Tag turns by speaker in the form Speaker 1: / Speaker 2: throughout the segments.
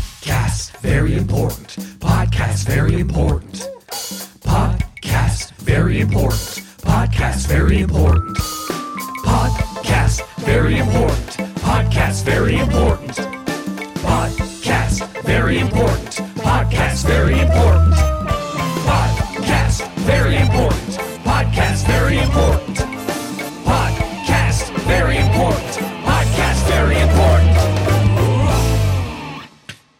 Speaker 1: Podcast, very important. Podcast, very important. Podcast, very important. Podcast, very important. Podcast, very important. Podcast, very important. Podcast, very important. Podcast, very important. Podcast, very important. Podcast, very important. Podcast, very important. Podcast, very important.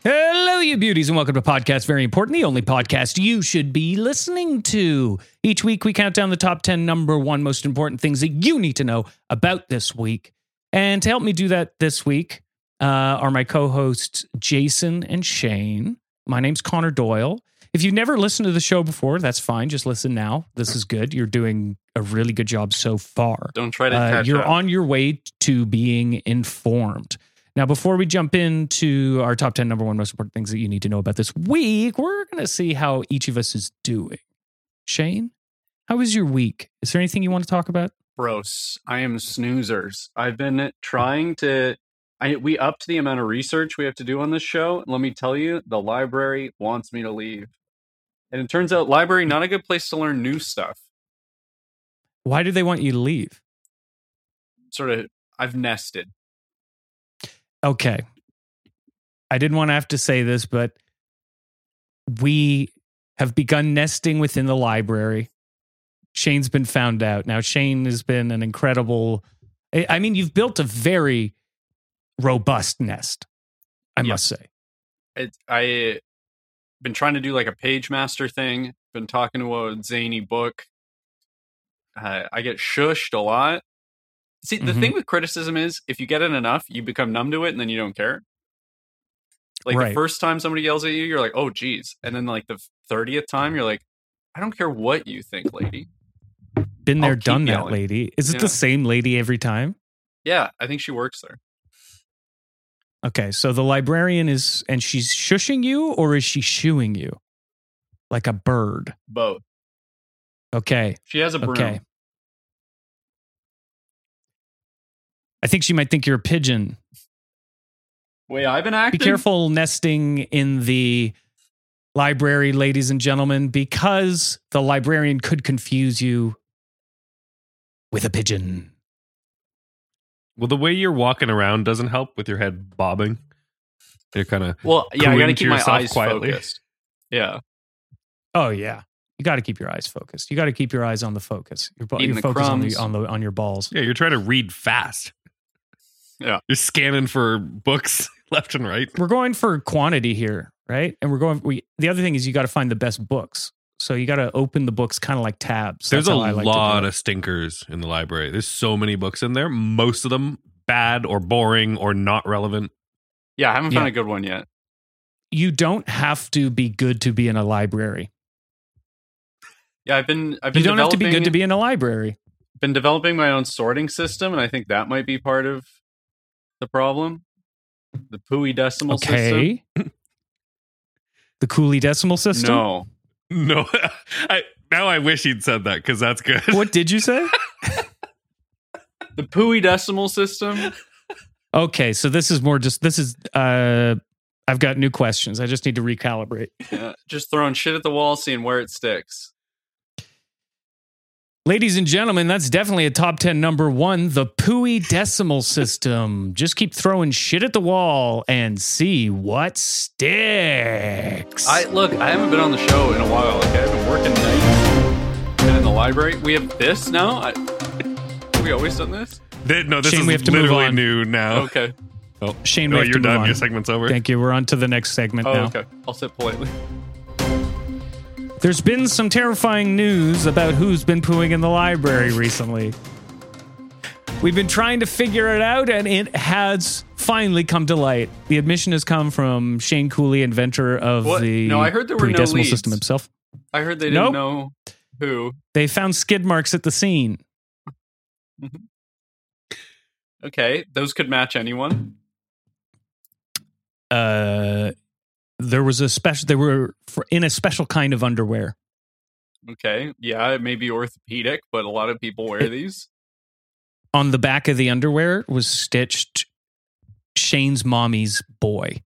Speaker 2: Hello, you beauties, and welcome to Podcast Very Important, the only podcast you should be listening to. Each week, we count down the top 10 number one most important things that you need to know about this week. And to help me do that this week uh, are my co hosts, Jason and Shane. My name's Connor Doyle. If you've never listened to the show before, that's fine. Just listen now. This is good. You're doing a really good job so far.
Speaker 3: Don't try to
Speaker 2: Uh,
Speaker 3: catch
Speaker 2: you're
Speaker 3: up.
Speaker 2: on your way to being informed. Now, before we jump into our top 10 number one most important things that you need to know about this week, we're going to see how each of us is doing. Shane, how was your week? Is there anything you want to talk about?
Speaker 3: Gross. I am snoozers. I've been trying to. I, we upped the amount of research we have to do on this show. Let me tell you, the library wants me to leave. And it turns out, library not a good place to learn new stuff.
Speaker 2: Why do they want you to leave?
Speaker 3: Sort of, I've nested.
Speaker 2: Okay. I didn't want to have to say this, but we have begun nesting within the library. Shane's been found out. Now, Shane has been an incredible, I I mean, you've built a very robust nest, I
Speaker 3: Yeah.
Speaker 2: must say.
Speaker 3: It, I been trying to do like a page master thing. Been talking to a zany book. Uh, I get shushed a lot. See, the
Speaker 2: Mhm.
Speaker 3: thing with criticism is if you get it enough, you become numb to it, and then you don't care. Like
Speaker 2: Right.
Speaker 3: the first time somebody yells at you, you're like, "Oh, geez," and then like the thirtieth time, you're like, "I don't care what you think, lady."
Speaker 2: Been
Speaker 3: I'll
Speaker 2: there,
Speaker 3: keep
Speaker 2: done that,
Speaker 3: yelling.
Speaker 2: lady. Is it
Speaker 3: Yeah.
Speaker 2: the same lady every time?
Speaker 3: Yeah, I think she works there.
Speaker 2: Okay, so the librarian is, and she's shushing you, or is she shooing you like a bird?
Speaker 3: Both.
Speaker 2: Okay,
Speaker 3: She has a broom.
Speaker 2: okay. I think she might think you're a pigeon.
Speaker 3: Wait, I've been acting.
Speaker 2: Be careful nesting in the library, ladies and gentlemen, because the librarian could confuse you with a pigeon.
Speaker 4: Well, the way you're walking around doesn't help with your head bobbing. You're kind of
Speaker 3: Well, yeah, I
Speaker 4: Cooing
Speaker 3: got to
Speaker 4: to
Speaker 3: keep my
Speaker 4: yourself
Speaker 3: eyes
Speaker 4: quietly.
Speaker 3: focused. Yeah.
Speaker 2: Oh yeah, you got to keep your eyes focused. You got to keep your eyes on the focus. Your, bo-
Speaker 3: Eating
Speaker 2: your
Speaker 3: the
Speaker 2: focus on
Speaker 3: crumbs.
Speaker 2: the, on the on your balls.
Speaker 4: yeah, you're trying to read fast.
Speaker 3: Yeah.
Speaker 4: you're scanning for books left and right.
Speaker 2: We're going for quantity here, right? And we're going. We the other thing is you got to find the best books. So you got to open the books kind of like tabs.
Speaker 4: There's
Speaker 2: That's
Speaker 4: a
Speaker 2: how I like to do
Speaker 4: lot
Speaker 2: it.
Speaker 4: of stinkers in the library. There's so many books in there. Most of them bad or boring or not relevant.
Speaker 3: Yeah, I haven't found
Speaker 2: Yeah.
Speaker 3: a good one yet.
Speaker 2: You don't have to be good to be in a library.
Speaker 3: Yeah, I've been I've been
Speaker 2: You don't have to be good to
Speaker 3: developing-
Speaker 2: be in a library.
Speaker 3: been developing my own sorting system, and I think that might be part of the problem. The Pooey decimal system.
Speaker 2: Okay. the Cooley decimal system.
Speaker 3: No,
Speaker 4: No, I now I wish he'd said that because that's good.
Speaker 2: What did you say?
Speaker 3: the Pooey decimal system.
Speaker 2: Okay, so this is more just this is uh I've got new questions. I just need to recalibrate.
Speaker 3: Yeah, just throwing shit at the wall, seeing where it sticks.
Speaker 2: Ladies and gentlemen, that's definitely a top 10 number 1, the Pooey decimal system. Just keep throwing shit at the wall and see what sticks.
Speaker 3: I look. I haven't been on the show in a while. Okay, I've been working nights. Been in the library. We have this now. I, have we always done this?
Speaker 4: Th- no, this
Speaker 2: Shane,
Speaker 4: is
Speaker 2: we have to move
Speaker 4: literally
Speaker 2: on.
Speaker 4: new now.
Speaker 3: Okay.
Speaker 4: Oh,
Speaker 2: Shane, we
Speaker 4: no,
Speaker 2: have to
Speaker 4: you're
Speaker 2: move
Speaker 4: done.
Speaker 2: on.
Speaker 4: Your segment's over.
Speaker 2: Thank you. We're on to the next segment
Speaker 3: Oh,
Speaker 2: now.
Speaker 3: okay. I'll sit politely.
Speaker 2: There's been some terrifying news about who's been pooing in the library recently. We've been trying to figure it out, and it has finally come to light. The admission has come from Shane Cooley, inventor of
Speaker 3: What?
Speaker 2: the
Speaker 3: No, I heard there were
Speaker 2: Pooey
Speaker 3: no
Speaker 2: decimal
Speaker 3: leads.
Speaker 2: system himself.
Speaker 3: I heard they didn't
Speaker 2: Nope.
Speaker 3: know who.
Speaker 2: They found skid marks at the scene.
Speaker 3: Okay, those could match anyone.
Speaker 2: Uh, there was a special. They were for, in a special kind of underwear.
Speaker 3: Okay, yeah, it may be orthopedic, but a lot of people wear these.
Speaker 2: On the back of the underwear was stitched Shane's mommy's boy.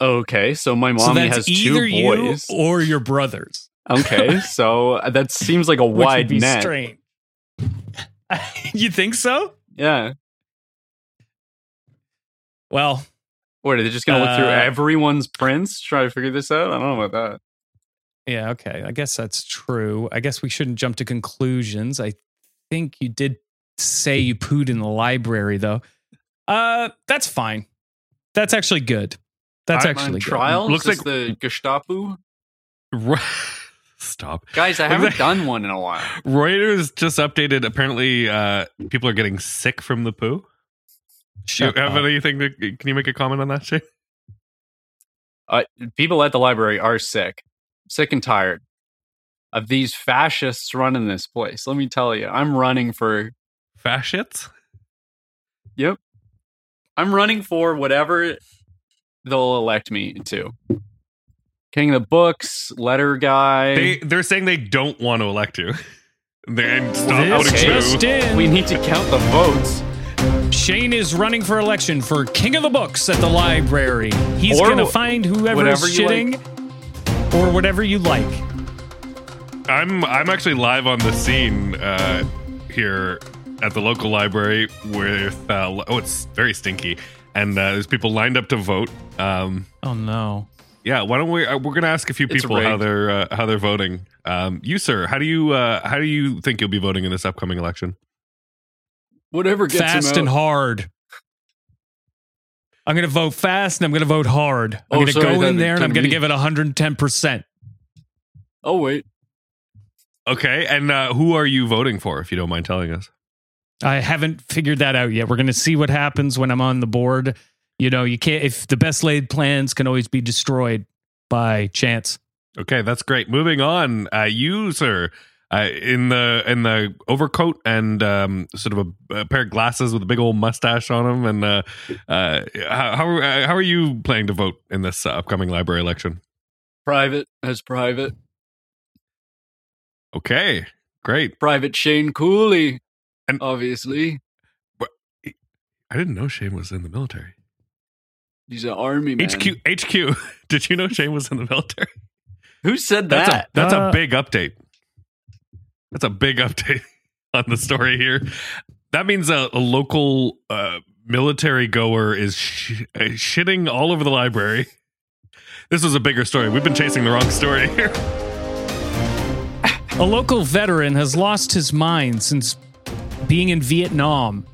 Speaker 3: Okay, so my
Speaker 2: so
Speaker 3: mommy
Speaker 2: that's
Speaker 3: has
Speaker 2: either
Speaker 3: two
Speaker 2: you
Speaker 3: boys.
Speaker 2: or your brothers.
Speaker 3: okay, so uh, that seems like a
Speaker 2: Which would
Speaker 3: wide
Speaker 2: be
Speaker 3: net.
Speaker 2: strange. you think so?
Speaker 3: Yeah.
Speaker 2: Well,
Speaker 3: What are they just gonna look through
Speaker 2: Uh,
Speaker 3: everyone's prints, try to figure this out? I don't know about that.
Speaker 2: yeah, okay. I guess that's true. I guess we shouldn't jump to conclusions. I think you did say you pooed in the library, though. Uh, that's fine. That's actually good. That's
Speaker 4: I'm on
Speaker 2: actually
Speaker 3: On
Speaker 2: good.
Speaker 3: trial?
Speaker 4: Looks
Speaker 3: Looks like
Speaker 4: like-
Speaker 3: the Gestapo.
Speaker 4: Ro- Stop.
Speaker 3: Guys, I
Speaker 4: Looks
Speaker 3: haven't
Speaker 4: like-
Speaker 3: done one in a while.
Speaker 4: Reuters just updated. Apparently, uh, people are getting sick from the poo. Do you
Speaker 2: Shut
Speaker 4: have
Speaker 2: up.
Speaker 4: anything? That, can you make a comment on that, Shane?
Speaker 3: Uh, people at the library are sick, sick and tired of these fascists running this place. Let me tell you, I'm running for
Speaker 4: Fascists.
Speaker 3: I'm running for whatever they'll elect me to. King of the books, letter guy.
Speaker 4: They they're saying they don't want to elect you. Then stop
Speaker 2: This
Speaker 4: voting
Speaker 3: Okay.
Speaker 4: poo.
Speaker 2: just in.
Speaker 3: we need to count the votes.
Speaker 2: Shane is running for election for King of the Books at the library. He's
Speaker 3: Or
Speaker 2: going to
Speaker 3: wh-
Speaker 2: find whoever is
Speaker 3: whatever you
Speaker 2: shitting or whatever you like.
Speaker 4: I'm I'm actually live on the scene uh, here at the local library with uh, li- oh it's very stinky and uh, there's people lined up to vote. Um,
Speaker 2: Oh, no.
Speaker 4: yeah, why don't we? Uh, we're gonna ask a few
Speaker 3: It's
Speaker 4: people how
Speaker 3: rigged.
Speaker 4: they're uh, how they're voting. Um, you sir, how do you uh, how do you think you'll be voting in this upcoming election?
Speaker 3: Whatever gets
Speaker 2: fast
Speaker 3: him
Speaker 2: and
Speaker 3: out.
Speaker 2: hard. I'm going to vote fast and I'm going to vote hard. I'm
Speaker 3: Oh,
Speaker 2: going to
Speaker 3: sorry,
Speaker 2: go
Speaker 3: that
Speaker 2: in there and I'm
Speaker 3: didn't
Speaker 2: going to
Speaker 3: mean-
Speaker 2: give it 110%.
Speaker 3: oh wait,
Speaker 4: Okay, and uh, who are you voting for? If you don't mind telling us,
Speaker 2: I haven't figured that out yet. We're going to see what happens when I'm on the board. You know, you can't, if the best laid plans can always be destroyed by chance.
Speaker 4: okay, that's great. Moving on, uh, you sir. Uh, in the in the overcoat and um, sort of a, a pair of glasses with a big old mustache on him, and uh, uh, how how are, uh, how are you planning to vote in this uh, upcoming library election?
Speaker 3: private as private,
Speaker 4: Okay, great.
Speaker 3: private Shane Cooley,
Speaker 4: And-
Speaker 3: obviously
Speaker 4: I didn't know Shane was in the military.
Speaker 3: he's an army man.
Speaker 4: HQ HQ. Did you know Shane was in the military?
Speaker 3: Who said
Speaker 4: That's
Speaker 3: that?
Speaker 4: a that's
Speaker 2: Uh,
Speaker 4: a big update. That's a big update on the story here. That means a, a local uh, military goer is sh- uh, shitting all over the library. This was a bigger story. We've been chasing the wrong story here.
Speaker 2: A local veteran has lost his mind since being in Vietnam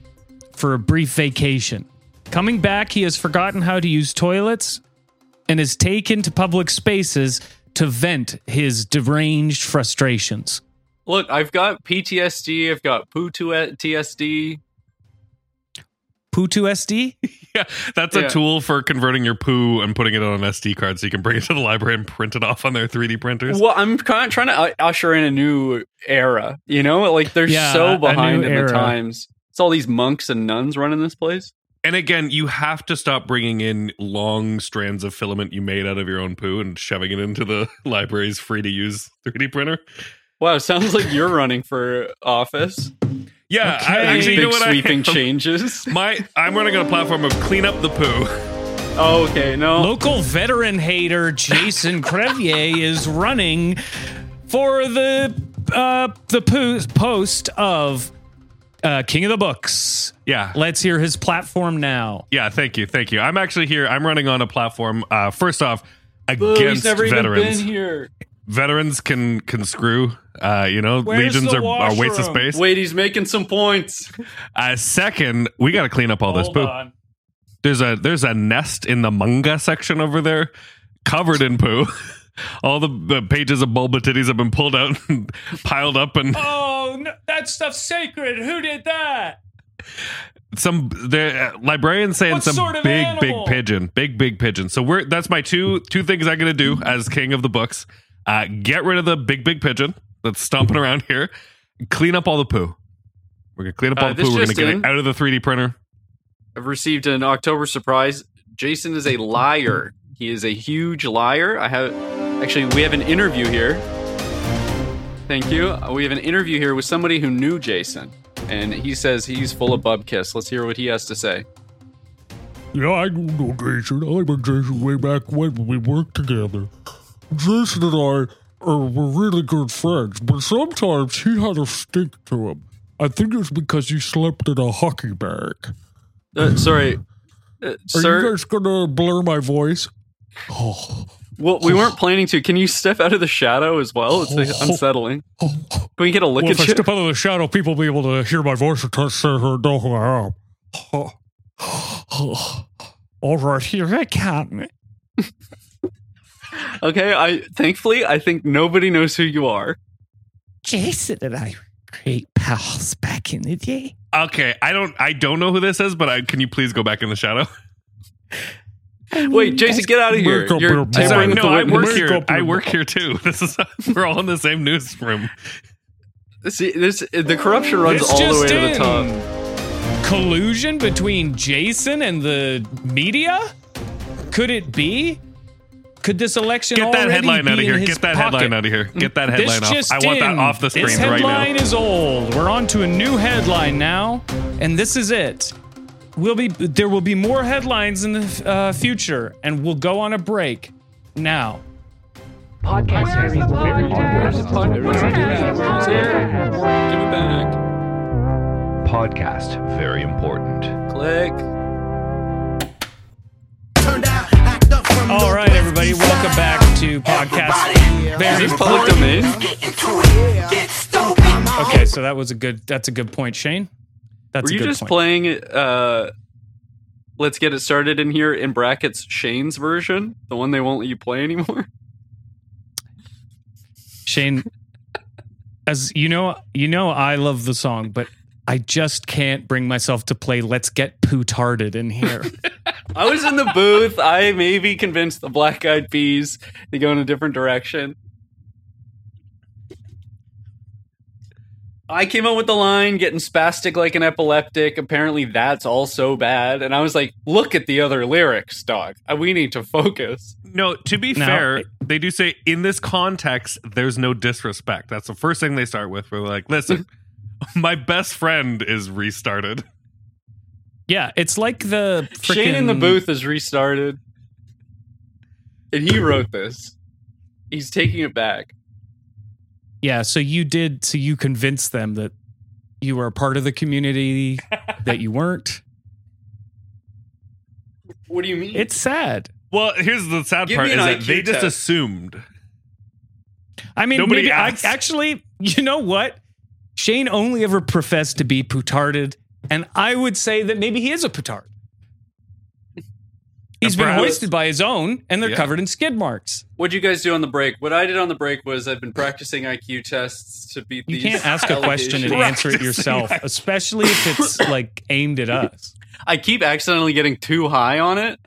Speaker 2: for a brief vacation. Coming back, he has forgotten how to use toilets and is taken to public spaces to vent his deranged frustrations.
Speaker 3: Look, I've got PTSD. I've got poo to TSD.
Speaker 2: Putu SD?
Speaker 4: Yeah, that's
Speaker 3: Yeah.
Speaker 4: a tool for converting your poo and putting it on an SD card so you can bring it to the library and print it off on their 3D printers.
Speaker 3: Well, I'm kind of trying to u- usher in a new era. You know, like they're
Speaker 2: Yeah, a- a
Speaker 3: so
Speaker 2: new
Speaker 3: behind in
Speaker 2: era.
Speaker 3: the times. It's all these monks and nuns running this place.
Speaker 4: And again, you have to stop bringing in long strands of filament you made out of your own poo and shoving it into the library's free to use 3D printer.
Speaker 3: Wow, sounds like you're running for office.
Speaker 4: Yeah, I,
Speaker 2: Okay.
Speaker 4: actually,
Speaker 3: Big
Speaker 4: you know what
Speaker 3: sweeping
Speaker 4: I
Speaker 3: changes.
Speaker 4: my I'm running on a platform of clean up the poo.
Speaker 3: Oh, okay, no.
Speaker 2: Local veteran hater Jason Crevier is running for the uh, the poo- post of uh, King of the Books.
Speaker 4: Yeah,
Speaker 2: Let's hear his platform now.
Speaker 4: yeah. Thank you, thank you. I'm actually here. I'm running on a platform. Uh, first off,
Speaker 3: Boo,
Speaker 4: against
Speaker 3: he's never
Speaker 4: veterans.
Speaker 3: even been here.
Speaker 4: Veterans can can screw. Uh, you know,
Speaker 2: Where's
Speaker 4: legions
Speaker 2: the
Speaker 4: are, are waste of
Speaker 2: washroom?
Speaker 4: space.
Speaker 3: Wait, he's making some points.
Speaker 4: Uh, second, we got to clean up all this poo. There's a there's a nest in the manga section over there, covered in poo. All the, the pages of Bulba titties have been pulled out and piled up, and
Speaker 2: Oh, no, that stuff's sacred. Who did that?
Speaker 4: some the uh, librarians saying
Speaker 2: What
Speaker 4: some
Speaker 2: sort of
Speaker 4: big
Speaker 2: animal?
Speaker 4: big pigeon, big big pigeon. So we're that's my two two things I'm gonna do as king of the books. Uh, get rid of the big big pigeon that's stomping around here. Clean up all the poo. We're gonna clean up all
Speaker 3: Uh,
Speaker 4: the
Speaker 3: this
Speaker 4: poo. We're gonna
Speaker 3: just
Speaker 4: get it
Speaker 3: in.
Speaker 4: out of the 3D printer.
Speaker 3: I've received an October surprise. Jason is a liar. He is a huge liar. I have actually we have an interview here. Thank you. We have an interview here with somebody who knew Jason, and he says he's full of bub kiss. Let's hear what he has to say.
Speaker 5: Yeah, I don't know Jason. I met Jason way back when we worked together. Jason and I are, were really good friends, but sometimes he had a stink to him. I think it was because he slept in a hockey bag.
Speaker 3: Uh, sorry, uh,
Speaker 5: Are you
Speaker 3: sir.
Speaker 5: guys gonna blur my voice?
Speaker 3: well, we weren't planning to. Can you step out of the shadow as well? It's like, unsettling. Can we get a look
Speaker 5: Well, if I
Speaker 3: at you?
Speaker 5: step out of the shadow, people will be able to hear my voice and touch their or know who I am.
Speaker 2: Oh,
Speaker 5: All right, here I can.
Speaker 3: Okay, I thankfully I think nobody knows who you are.
Speaker 2: Jason and I were great pals back in the day.
Speaker 4: Okay, I don't I don't know who this is, but I, can you please go back in the shadow?
Speaker 3: Wait, Jason, get out of here.
Speaker 5: Make up
Speaker 3: You're
Speaker 5: your
Speaker 4: I'm
Speaker 5: mind.
Speaker 3: tampering
Speaker 4: sorry,
Speaker 3: with
Speaker 4: no,
Speaker 3: the
Speaker 4: I work
Speaker 3: witness.
Speaker 4: here.
Speaker 5: Makeup
Speaker 4: I
Speaker 5: and-
Speaker 4: work here too. This is we're all in the same newsroom.
Speaker 3: See, this the corruption runs
Speaker 2: It's
Speaker 3: all the way
Speaker 2: just
Speaker 3: to the top.
Speaker 2: in. Collusion between Jason and the media? Could it be? Could this election
Speaker 4: Get that
Speaker 2: already
Speaker 4: headline
Speaker 2: be
Speaker 4: out of
Speaker 2: in
Speaker 4: here.
Speaker 2: his
Speaker 4: Get that
Speaker 2: pocket?
Speaker 4: headline out of here. Get that
Speaker 2: This
Speaker 4: headline off.
Speaker 2: just
Speaker 4: I want that
Speaker 2: in.
Speaker 4: off the
Speaker 2: This
Speaker 4: screens right
Speaker 2: headline
Speaker 4: now.
Speaker 2: is old. We're on to a new headline now, and this is it. We'll be there will be more headlines in the uh, future, and we'll go on a break now.
Speaker 3: There. Give it back.
Speaker 6: Podcast Very Important.
Speaker 3: Click.
Speaker 2: All right, everybody, welcome back to podcast. Very
Speaker 3: Is this public domain?
Speaker 2: Okay, so that was a good. That's a good point, Shane. That's
Speaker 3: Were
Speaker 2: a
Speaker 3: you
Speaker 2: good
Speaker 3: just
Speaker 2: point.
Speaker 3: playing uh Let's get it started in here in brackets Shane's version, the one they won't let you play anymore?
Speaker 2: Shane, as you know, you know I love the song, but I just can't bring myself to play "Let's Get Pootarded" in here.
Speaker 3: I was in the booth. I maybe convinced the black eyed peas to go in a different direction. I came up with the line getting spastic like an epileptic. Apparently, that's also bad. And I was like, look at the other lyrics, dog. Uh, We need to focus.
Speaker 4: No, to be
Speaker 2: No.
Speaker 4: fair, they do say in this context, there's no disrespect. That's the first thing they start with. We're like, listen, my best friend is restarted.
Speaker 2: yeah, it's like the frickin',
Speaker 3: Shane in the booth is restarted. And he wrote this. He's taking it back.
Speaker 2: Yeah, so you did. So you convinced them that you were a part of the community that you weren't.
Speaker 3: What do you mean?
Speaker 2: It's sad.
Speaker 4: Well, here's the sad
Speaker 3: Give
Speaker 4: part
Speaker 3: me
Speaker 4: is
Speaker 3: an
Speaker 4: that
Speaker 3: IQ
Speaker 4: they just
Speaker 3: test.
Speaker 4: assumed.
Speaker 2: I mean,
Speaker 4: Nobody
Speaker 2: maybe I,
Speaker 4: asked.
Speaker 2: actually, you know what? Shane only ever professed to be putarded, and I would say that maybe he is a putard. He's been
Speaker 4: Perhaps.
Speaker 2: hoisted by his own, and they're
Speaker 4: Yeah.
Speaker 2: covered in skid marks.
Speaker 3: What'd you guys do on the break? What I did on the break was I've been practicing IQ tests to beat
Speaker 2: You
Speaker 3: these.
Speaker 2: can't ask a question and
Speaker 3: allegations.
Speaker 2: answer it yourself, especially if it's like aimed at us.
Speaker 3: I keep accidentally getting too high on it.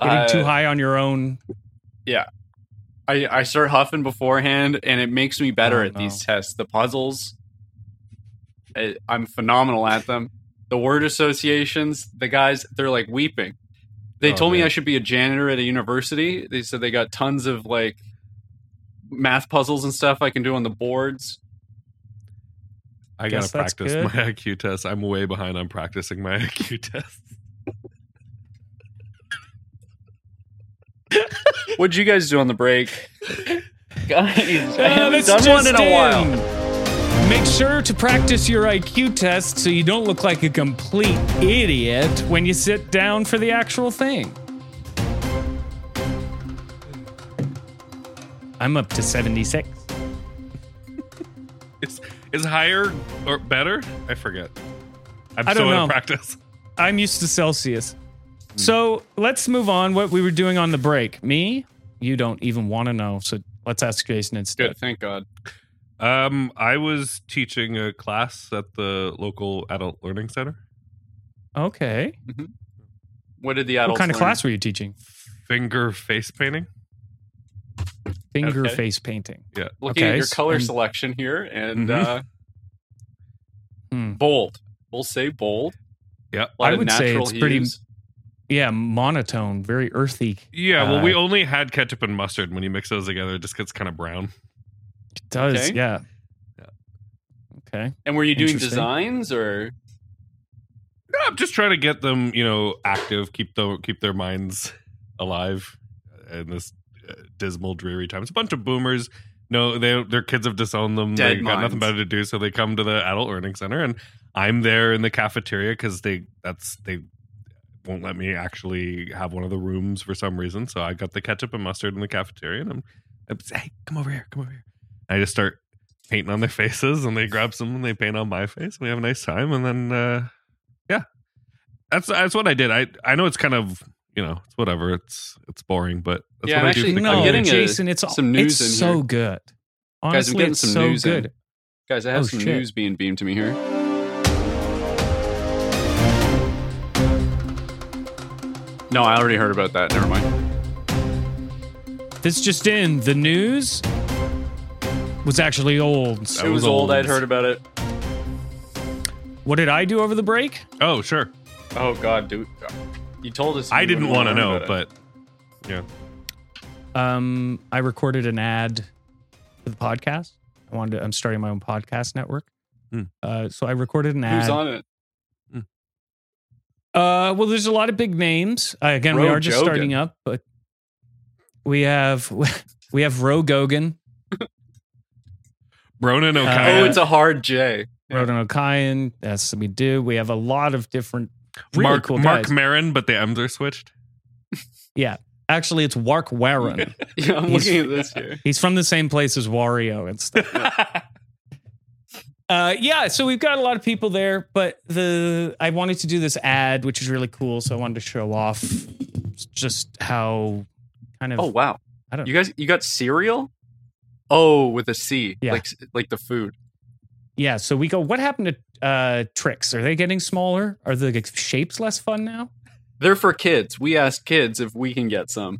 Speaker 2: Getting
Speaker 3: Uh,
Speaker 2: too high on your own.
Speaker 3: I, I start huffing beforehand, and it makes me better
Speaker 2: Oh,
Speaker 3: at
Speaker 2: no.
Speaker 3: these tests. The puzzles, I, I'm phenomenal at them. The word associations, the guys, they're like weeping. They
Speaker 4: Oh,
Speaker 3: told me
Speaker 4: man.
Speaker 3: I should be a janitor at a university. They said they got tons of like math puzzles and stuff I can do on the boards.
Speaker 4: I gotta
Speaker 2: Guess that's
Speaker 4: practice
Speaker 2: good.
Speaker 4: my IQ test. I'm way behind on practicing my IQ test.
Speaker 3: What'd you guys do on the break? Guys, I
Speaker 2: Uh,
Speaker 3: haven't
Speaker 2: that's
Speaker 3: done one in
Speaker 2: just
Speaker 3: a while.
Speaker 2: in. Make sure to practice your IQ test so you don't look like a complete idiot when you sit down for the actual thing. I'm up to 76.
Speaker 4: Is is higher or better? I forget. I'm
Speaker 2: I
Speaker 4: so
Speaker 2: don't
Speaker 4: out
Speaker 2: know.
Speaker 4: of practice.
Speaker 2: I'm used to Celsius.
Speaker 3: Hmm.
Speaker 2: So let's move on. What we were doing on the break. Me, you don't even want to know. So let's ask Jason instead.
Speaker 3: Good, thank God.
Speaker 4: Um, I was teaching a class at the local adult learning center.
Speaker 2: Okay.
Speaker 3: What did the
Speaker 2: What
Speaker 3: adults
Speaker 2: kind of
Speaker 3: learn?
Speaker 2: class were you teaching?
Speaker 4: Finger face painting.
Speaker 2: Finger
Speaker 3: Okay.
Speaker 2: face painting.
Speaker 3: Looking at
Speaker 2: Okay,
Speaker 3: your
Speaker 2: so-
Speaker 3: color
Speaker 2: and-
Speaker 3: selection here, and
Speaker 4: Mhm.
Speaker 3: uh,
Speaker 2: Hmm.
Speaker 3: bold. We'll say bold.
Speaker 4: Yep.
Speaker 3: A lot
Speaker 2: I
Speaker 3: of
Speaker 2: would say
Speaker 3: natural
Speaker 2: it's pretty-
Speaker 3: hues.
Speaker 2: Yeah, monotone, very earthy.
Speaker 4: Yeah, well,
Speaker 2: Uh,
Speaker 4: we only had ketchup and mustard. When you mix those together, it just gets kind of brown.
Speaker 2: It does,
Speaker 3: Okay.
Speaker 2: yeah.
Speaker 4: Yeah.
Speaker 2: Okay.
Speaker 3: And were you doing
Speaker 2: Interesting.
Speaker 3: designs or
Speaker 4: Yeah, I'm just trying to get them, you know, active, keep the keep their minds alive in this uh, dismal, dreary time. It's a bunch of boomers. No, they their kids have disowned them.
Speaker 3: Dead
Speaker 4: they got
Speaker 3: minds.
Speaker 4: nothing better to do, so they come to the adult learning center, and I'm there in the cafeteria because they that's they won't let me actually have one of the rooms for some reason. So I got the ketchup and mustard in the cafeteria, and I'm, I'm just, hey, come over here, come over here. I just start painting on their faces, and they grab some and they paint on my face. We have a nice time, and then uh, yeah, that's that's what I did. I I know it's kind of you know it's whatever. It's it's boring, but that's
Speaker 3: Yeah,
Speaker 4: what
Speaker 3: I'm
Speaker 4: I do for
Speaker 3: actually-
Speaker 4: the
Speaker 3: I'm
Speaker 2: No,
Speaker 3: getting
Speaker 4: community.
Speaker 3: a-
Speaker 2: Jason, it's all,
Speaker 3: some news
Speaker 2: it's
Speaker 3: in
Speaker 2: so
Speaker 3: here.
Speaker 2: good.
Speaker 3: I'm
Speaker 2: Honestly,
Speaker 3: getting
Speaker 2: it's
Speaker 3: some
Speaker 2: so
Speaker 3: news in.
Speaker 2: good.
Speaker 3: Guys, I
Speaker 2: Oh,
Speaker 3: have some
Speaker 2: shit.
Speaker 3: news being beamed to me here. No, I already heard about that. Never mind.
Speaker 2: This just in, the news was actually old.
Speaker 4: That
Speaker 3: it was
Speaker 4: was
Speaker 3: old.
Speaker 4: old.
Speaker 3: I'd heard about it.
Speaker 2: What did I do over the break?
Speaker 4: Oh sure,
Speaker 3: Oh God, dude, you told us.
Speaker 4: I
Speaker 3: you
Speaker 4: didn't
Speaker 3: wouldn't
Speaker 4: want to
Speaker 3: learn
Speaker 4: know,
Speaker 3: about it.
Speaker 4: but yeah,
Speaker 2: Um, I recorded an ad for the podcast. I wanted. To, I'm starting my own podcast network.
Speaker 4: Hmm.
Speaker 2: Uh, so I recorded an ad.
Speaker 3: who's on it?
Speaker 2: Uh, well, there's a lot of big names. Uh, again, we
Speaker 3: Roe
Speaker 2: are just
Speaker 3: Jogan.
Speaker 2: starting up, but we have we have Ro Gogan,
Speaker 4: Ronan O'Kaya.
Speaker 3: Oh, it's a hard J. Yeah.
Speaker 2: Rodan O'Kyan. That's what we do. We have a lot of different really
Speaker 4: Mark
Speaker 2: cool
Speaker 4: Mark
Speaker 2: guys.
Speaker 4: Marin, but the M's are switched.
Speaker 2: Actually, it's Wark Warren.
Speaker 3: Yeah, I'm
Speaker 2: He's-
Speaker 3: looking at this here.
Speaker 2: He's from the same place as Wario and stuff. Uh, yeah, so we've got a lot of people there, but the I wanted to do this ad, which is really cool. So I wanted to show off just how kind of
Speaker 3: Oh wow,
Speaker 2: I don't-
Speaker 3: you guys, you got cereal? Oh, with a C,
Speaker 2: Yeah.
Speaker 3: like like the food.
Speaker 2: yeah. So we go, what happened to uh, tricks? Are they getting smaller? Are the like, shapes less fun now?
Speaker 3: They're for kids. We asked kids if we can get some.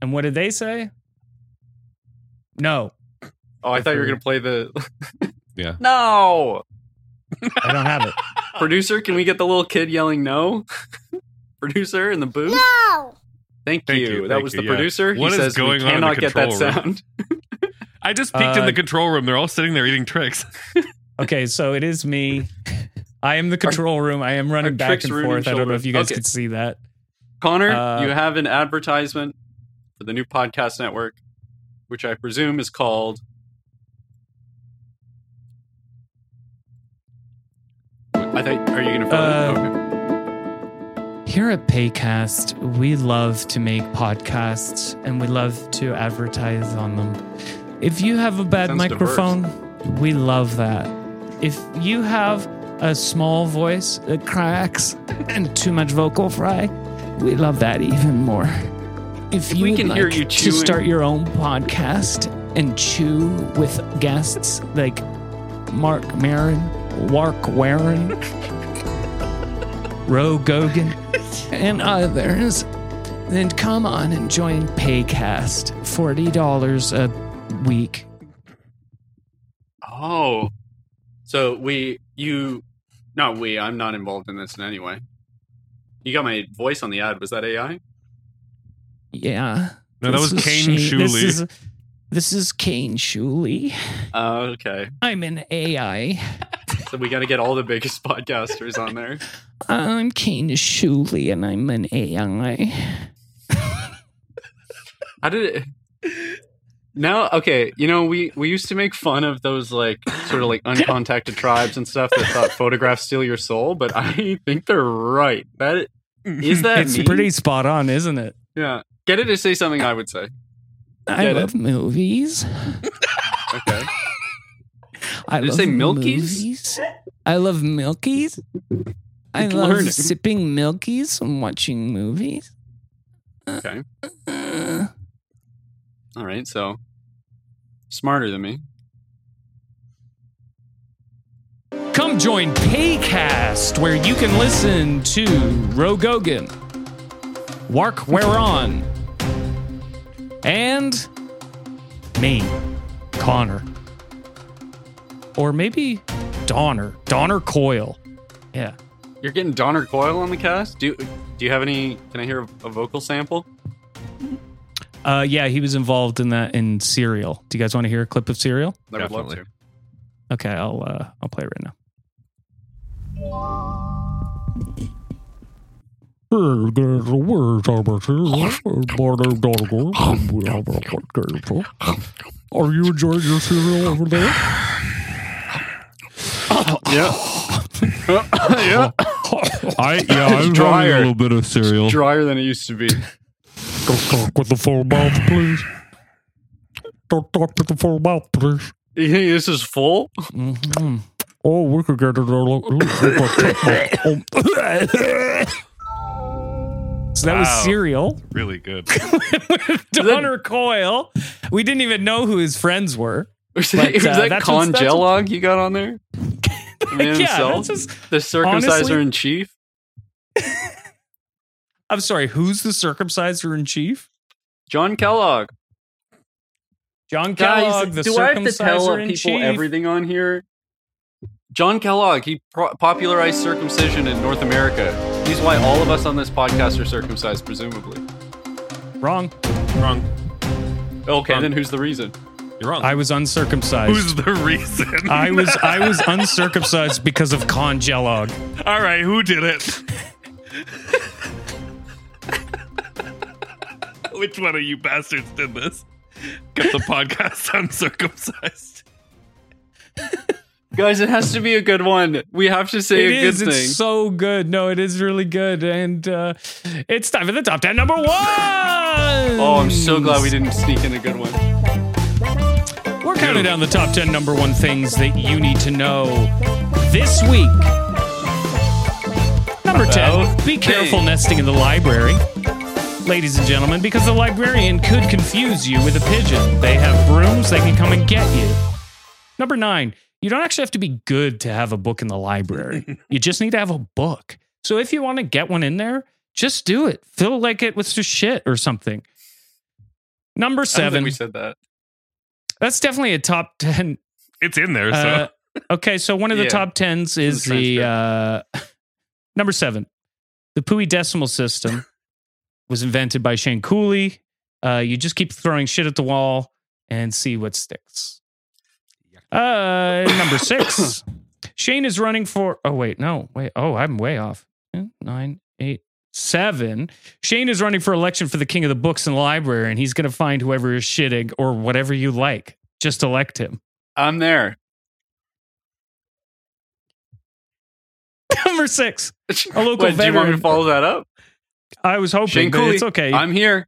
Speaker 2: And what did they say? No,
Speaker 3: Oh, I
Speaker 2: Good
Speaker 3: thought you were
Speaker 2: for you.
Speaker 3: gonna play the.
Speaker 4: Yeah.
Speaker 3: No,
Speaker 2: I don't have it.
Speaker 3: producer, can we get the little kid yelling no? producer in the booth. No. Thank,
Speaker 4: Thank
Speaker 3: you.
Speaker 4: you,
Speaker 3: That
Speaker 4: thank
Speaker 3: was
Speaker 4: you,
Speaker 3: the
Speaker 4: yeah.
Speaker 3: producer.
Speaker 4: What
Speaker 3: he
Speaker 4: is
Speaker 3: says
Speaker 4: going
Speaker 3: we
Speaker 4: on in the
Speaker 3: cannot get that
Speaker 4: control room?
Speaker 3: sound.
Speaker 4: I just peeked in
Speaker 2: Uh,
Speaker 4: the control room. They're all sitting there eating tricks.
Speaker 2: Okay, so it is me. I am the control room. I am running
Speaker 3: our
Speaker 2: back
Speaker 3: tricks
Speaker 2: and
Speaker 3: ruining
Speaker 2: forth. I don't know
Speaker 3: children.
Speaker 2: if you guys
Speaker 3: Okay.
Speaker 2: could see that.
Speaker 3: Connor,
Speaker 2: Uh,
Speaker 3: you have an advertisement for the new podcast network, which I presume is called. I think. Are you going to?
Speaker 2: Uh,
Speaker 3: okay.
Speaker 2: Here at Paycast, we love to make podcasts and we love to advertise on them. If you have a bad
Speaker 3: Sounds
Speaker 2: microphone, we love that. If you have a small voice that cracks and too much vocal fry, we love that even more. If you
Speaker 3: we
Speaker 2: would
Speaker 3: can
Speaker 2: like
Speaker 3: hear
Speaker 2: to
Speaker 3: you chewing-
Speaker 2: start your own podcast and chew with guests like Mark Marin, Wark Warren, Ro Gogan, and others, then come on and join Paycast. $40 a week.
Speaker 3: Oh, so we you, not we. I'm not involved in this in any way. You got my voice on the ad. Was that AI?
Speaker 2: Yeah.
Speaker 4: No, that
Speaker 2: This
Speaker 4: was
Speaker 2: is
Speaker 4: Kane
Speaker 2: Shane- This
Speaker 4: Shuley.
Speaker 2: is, this is Kane Shuley.
Speaker 3: Uh, okay.
Speaker 2: I'm an AI.
Speaker 3: So we got to get all the biggest podcasters on there.
Speaker 2: I'm Kane Shuley and I'm an AI.
Speaker 3: How did it? Now, okay, you know we we used to make fun of those like sort of like uncontacted tribes and stuff that thought photographs steal your soul, but I think they're right. That is that
Speaker 2: It's
Speaker 3: me?
Speaker 2: pretty spot on, isn't it?
Speaker 3: Yeah, get it to say something I would say.
Speaker 2: I
Speaker 3: Get it.
Speaker 2: love movies.
Speaker 3: Okay,
Speaker 2: I
Speaker 3: Did it
Speaker 2: love
Speaker 3: say Milkies?
Speaker 2: movies. I love Milkies. I
Speaker 3: It's
Speaker 2: love
Speaker 3: learning.
Speaker 2: sipping Milkies and watching movies.
Speaker 3: Okay.
Speaker 2: Uh,
Speaker 3: all right. So smarter than me.
Speaker 2: Come join Paycast, where you can listen to Rogogan, Wark Weron, and me, Connor. Or maybe Donner. Donner Coyle. Yeah.
Speaker 3: You're getting Donner Coyle on the cast. Do do you have any? Can I hear a, a vocal sample?
Speaker 2: Uh, yeah, he was involved in that in Serial. Do you guys want to hear a clip of Serial?
Speaker 3: I would love
Speaker 4: Definitely.
Speaker 3: to.
Speaker 2: Okay, I'll uh, I'll play it right now.
Speaker 5: Hey, there's a word on it here. My name's Donegal. We have a podcast, huh? Are you enjoying your cereal over there?
Speaker 3: Yeah. yeah.
Speaker 4: I yeah,
Speaker 3: Drier.
Speaker 4: I'm drawing a little bit of cereal.
Speaker 3: Drier than it used to be.
Speaker 5: Don't talk with the full mouth, please. Don't talk with the full mouth, please.
Speaker 3: You think this is full?
Speaker 2: Mhm.
Speaker 5: Oh, we could get it all. Look, look, look like that. Oh,
Speaker 2: So that was
Speaker 4: Wow.
Speaker 2: cereal.
Speaker 4: Really good.
Speaker 2: Donner Coyle. We didn't even know who his friends were.
Speaker 3: Was
Speaker 2: But,
Speaker 3: that, was
Speaker 2: uh,
Speaker 3: that
Speaker 2: that's what's- that's
Speaker 3: congelog you got on there? The man
Speaker 2: yeah,
Speaker 3: himself?
Speaker 2: that's just,
Speaker 3: the circumciser
Speaker 2: honestly-
Speaker 3: in chief?
Speaker 2: I'm sorry. Who's the circumciser in chief?
Speaker 3: John Kellogg.
Speaker 2: John Kellogg,
Speaker 3: Guys,
Speaker 2: the
Speaker 3: do I have to tell
Speaker 2: circumciser in
Speaker 3: people
Speaker 2: chief.
Speaker 3: everything on here? John Kellogg, he pro- popularized circumcision in North America. He's why all of us on this podcast are circumcised, presumably.
Speaker 2: Wrong.
Speaker 4: wrong.
Speaker 3: Okay,
Speaker 4: Um,
Speaker 3: then who's the reason?
Speaker 4: You're wrong.
Speaker 2: I was uncircumcised.
Speaker 4: Who's the reason?
Speaker 2: I was I was uncircumcised because of congelog.
Speaker 4: All right, who did it? Which one of you bastards did this? Get the podcast uncircumcised.
Speaker 3: Guys, it has to be a good one. We have to say
Speaker 2: It
Speaker 3: a good
Speaker 2: is.
Speaker 3: thing.
Speaker 2: It's so good. No, it is really good. And uh, it's time for the top ten number one.
Speaker 3: oh,
Speaker 2: Oh,
Speaker 3: I'm so glad we didn't sneak in a good one.
Speaker 2: We're counting down the top ten number one things that you need to know this week. Number ten:
Speaker 3: About
Speaker 2: Be careful
Speaker 3: things.
Speaker 2: nesting in the library. Ladies and gentlemen, because the librarian could confuse you with a pigeon. They have brooms, they can come and get you. Number nine, you don't actually have to be good to have a book in the library. you just need to have a book. So if you want to get one in there, just do it. Fill like it with just shit or something. Number
Speaker 3: I don't think
Speaker 2: seven.
Speaker 3: we said that.
Speaker 2: That's definitely a top ten.
Speaker 4: It's in there, so
Speaker 2: Uh, okay, so one of the
Speaker 3: Yeah.
Speaker 2: top tens is
Speaker 3: in the
Speaker 2: the uh, number seven. The Pui decimal system was invented by Shane Cooley. Uh, you just keep throwing shit at the wall and see what sticks. Uh, number six. Shane is running for. Oh wait, no, wait. Oh, I'm way off. Hmm, Nine, eight, seven. Shane is running for election for the king of the books in the library, and he's going to find whoever is shitting or whatever you like. Just elect him.
Speaker 3: I'm there.
Speaker 2: Number six. A local
Speaker 3: Wait, do you want
Speaker 2: veteran.
Speaker 3: me to follow that up?
Speaker 2: I was hoping,
Speaker 3: Shane
Speaker 2: but
Speaker 3: Cooley,
Speaker 2: it's okay.
Speaker 3: I'm here.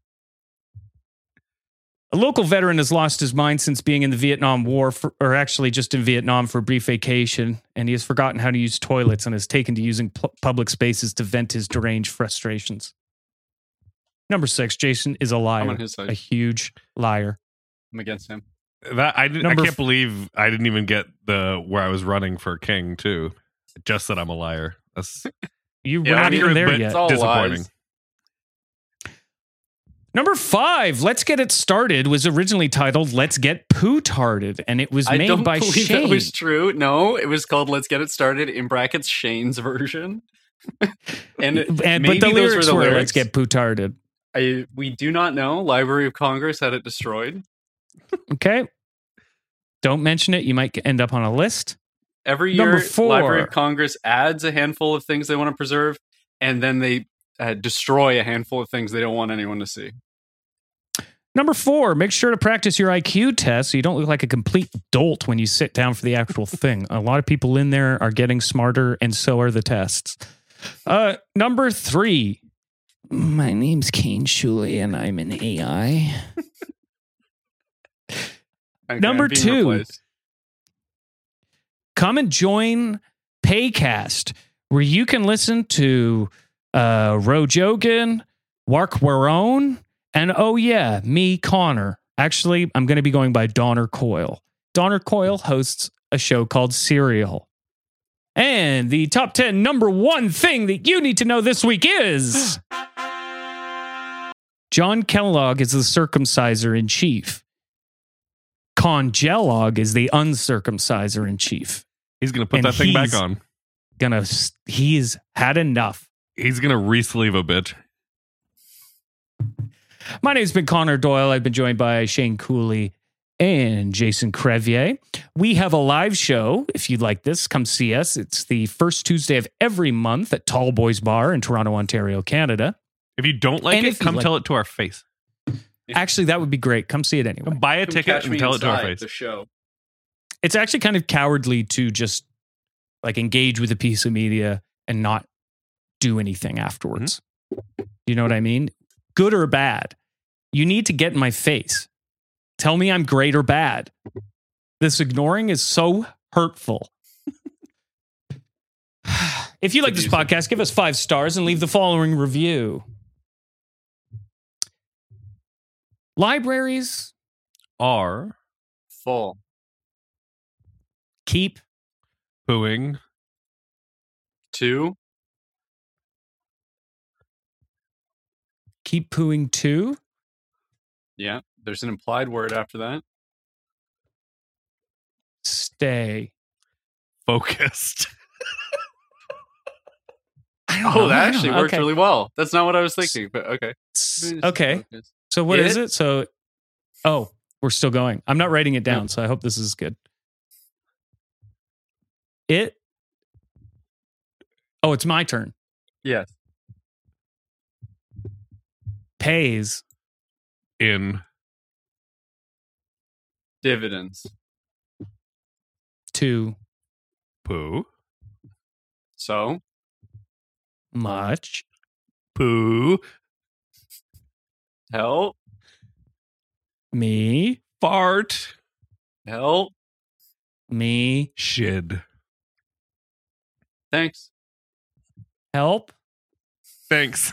Speaker 2: a local veteran has lost his mind since being in the Vietnam War, for, or actually just in Vietnam for a brief vacation, and he has forgotten how to use toilets and has taken to using pu- public spaces to vent his deranged frustrations. Number six, Jason is a
Speaker 3: I'm
Speaker 2: liar,
Speaker 3: on his side.
Speaker 2: a huge liar.
Speaker 3: I'm against him.
Speaker 4: that I didn't. I
Speaker 2: number
Speaker 4: can't
Speaker 2: f-
Speaker 4: believe I didn't even get the where I was running for king too. Just that I'm a liar. That's
Speaker 2: You were
Speaker 4: Yeah,
Speaker 2: not even
Speaker 4: accurate,
Speaker 2: there
Speaker 4: but
Speaker 2: yet.
Speaker 3: It's all
Speaker 4: disappointing.
Speaker 3: lies.
Speaker 2: Number five, Let's Get It Started was originally titled Let's Get Poo Tarded, and it was
Speaker 3: I
Speaker 2: made
Speaker 3: don't
Speaker 2: by
Speaker 3: believe
Speaker 2: Shane.
Speaker 3: that was true. No, it was called "Let's Get It Started" in brackets Shane's version. and it-
Speaker 2: and,
Speaker 3: maybe
Speaker 2: but the
Speaker 3: those
Speaker 2: lyrics
Speaker 3: were the lyrics.
Speaker 2: Let's Get Poo Tarded.
Speaker 3: I, we do not know. Library of Congress had it destroyed.
Speaker 2: Okay. Don't mention it. You might get- end up on a list.
Speaker 3: Every
Speaker 2: Number
Speaker 3: year,
Speaker 2: four.
Speaker 3: Library of Congress adds a handful of things they want to preserve, and then they uh, destroy a handful of things they don't want anyone to see.
Speaker 2: Number four, make sure to practice your IQ test so you don't look like a complete dolt when you sit down for the actual thing. A lot of people in there are getting smarter, and so are the tests. Uh, number three. My name's Kane Shuley, and I'm an AI.
Speaker 3: Okay,
Speaker 2: Number
Speaker 3: I'm being
Speaker 2: two.
Speaker 3: replaced.
Speaker 2: come and join Paycast, where you can listen to uh, Ro Jogan, Mark Warone, and oh yeah, me, Connor. Actually, I'm going to be going by Donner Coyle. Donner Coyle hosts a show called Serial. And the top 10 number one thing that you need to know this week is John Kellogg is the circumciser in chief. Congelog is the uncircumciser in chief
Speaker 4: He's gonna put
Speaker 2: And
Speaker 4: that thing back
Speaker 2: he's-
Speaker 4: on.
Speaker 2: gonna s- he's had enough
Speaker 4: He's gonna re-sleeve a bitch.
Speaker 2: my name's been connor doyle i've been joined by shane cooley and Jason Crevier. We have a live show. If you like this, come see us. It's the first Tuesday of every month at Tall Boys Bar in Toronto, Ontario, Canada.
Speaker 4: If you don't like
Speaker 2: And
Speaker 4: it,
Speaker 2: if you
Speaker 4: come
Speaker 2: like-
Speaker 4: tell it to our face.
Speaker 2: Actually, that would be great. Come see it anyway.
Speaker 4: Buy a
Speaker 3: Come
Speaker 4: ticket
Speaker 3: catch
Speaker 4: and
Speaker 3: me
Speaker 4: tell it to our
Speaker 3: inside
Speaker 4: face.
Speaker 3: The show.
Speaker 2: it's actually kind of cowardly to just like engage with a piece of media and not do anything afterwards. You know what I mean? Good or bad, you need to get in my face. Tell me I'm great or bad. This ignoring is so hurtful. if you like this podcast, give us five stars and leave the following review. Libraries
Speaker 4: Are
Speaker 3: Full.
Speaker 2: keep
Speaker 4: pooing
Speaker 3: Two.
Speaker 2: keep pooing too.
Speaker 3: Yeah. There's an implied word after that.
Speaker 2: stay.
Speaker 4: focused.
Speaker 2: I don't
Speaker 3: Oh,
Speaker 2: know.
Speaker 3: that actually worked
Speaker 2: Okay.
Speaker 3: really well. That's not what I was thinking, but okay.
Speaker 2: S- Okay. So what
Speaker 3: Get
Speaker 2: is
Speaker 3: it?
Speaker 2: it? So oh, we're still going. I'm not writing it down, so I hope this is good. It Oh, it's my turn.
Speaker 3: Yes.
Speaker 2: Pays
Speaker 4: in
Speaker 3: Dividends.
Speaker 2: too
Speaker 4: poo
Speaker 3: So
Speaker 2: much
Speaker 4: poo
Speaker 3: help,
Speaker 2: me
Speaker 4: fart
Speaker 3: help.
Speaker 2: me
Speaker 4: shid
Speaker 3: Thanks.
Speaker 2: help
Speaker 4: thanks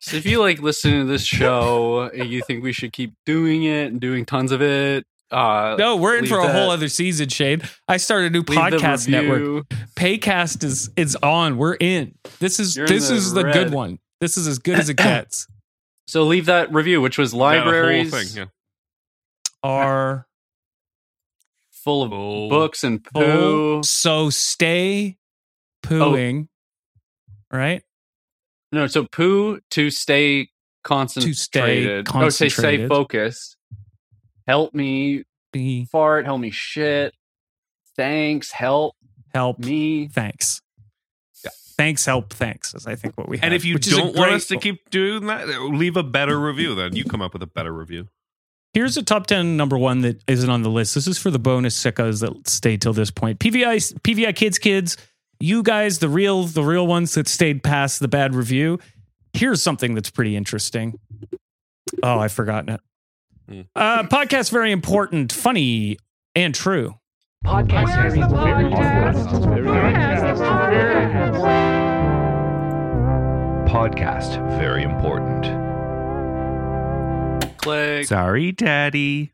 Speaker 3: So if you like listening to this show and you think we should keep doing it and doing tons of it, uh
Speaker 2: no we're in
Speaker 3: leave
Speaker 2: for a
Speaker 3: that-
Speaker 2: whole other season shane i started a new
Speaker 3: leave the
Speaker 2: podcast network
Speaker 3: review.
Speaker 2: paycast is is on we're in this is
Speaker 3: You're in
Speaker 2: this
Speaker 3: the
Speaker 2: is the good
Speaker 3: red.
Speaker 2: one this is as good as it gets
Speaker 3: So leave that review, which was
Speaker 4: That whole
Speaker 3: libraries
Speaker 4: thing, yeah.
Speaker 2: are
Speaker 3: full of
Speaker 4: Full.
Speaker 3: books and
Speaker 2: full.
Speaker 3: poo.
Speaker 2: So stay pooing, right?
Speaker 3: No, so poo to stay concentrated. Oh, say stay
Speaker 2: concentrated.
Speaker 3: focused. Help me
Speaker 2: Be
Speaker 3: fart. Help me shit. Thanks. Help
Speaker 2: help.
Speaker 3: me.
Speaker 2: Thanks. Thanks, help, thanks, is I think what we have.
Speaker 4: and if you
Speaker 2: which is a
Speaker 4: don't want us to
Speaker 2: great-
Speaker 4: keep doing that leave a better review then you come up with a better review
Speaker 2: Here's a top 10 number one that isn't on the list. This is for the bonus sickos that stayed till this point. PVI, PVI kids, kids, you guys, the real, the real ones that stayed past the bad review. Here's something that's pretty interesting. Oh, I've forgotten it.
Speaker 4: Hmm.
Speaker 2: Uh, podcast very important, funny, and true.
Speaker 7: Where's the podcast? Where's the podcast?
Speaker 6: Podcast Very Important.
Speaker 3: Click.
Speaker 4: sorry daddy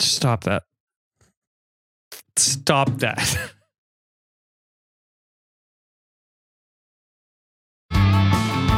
Speaker 2: Stop that. Stop that.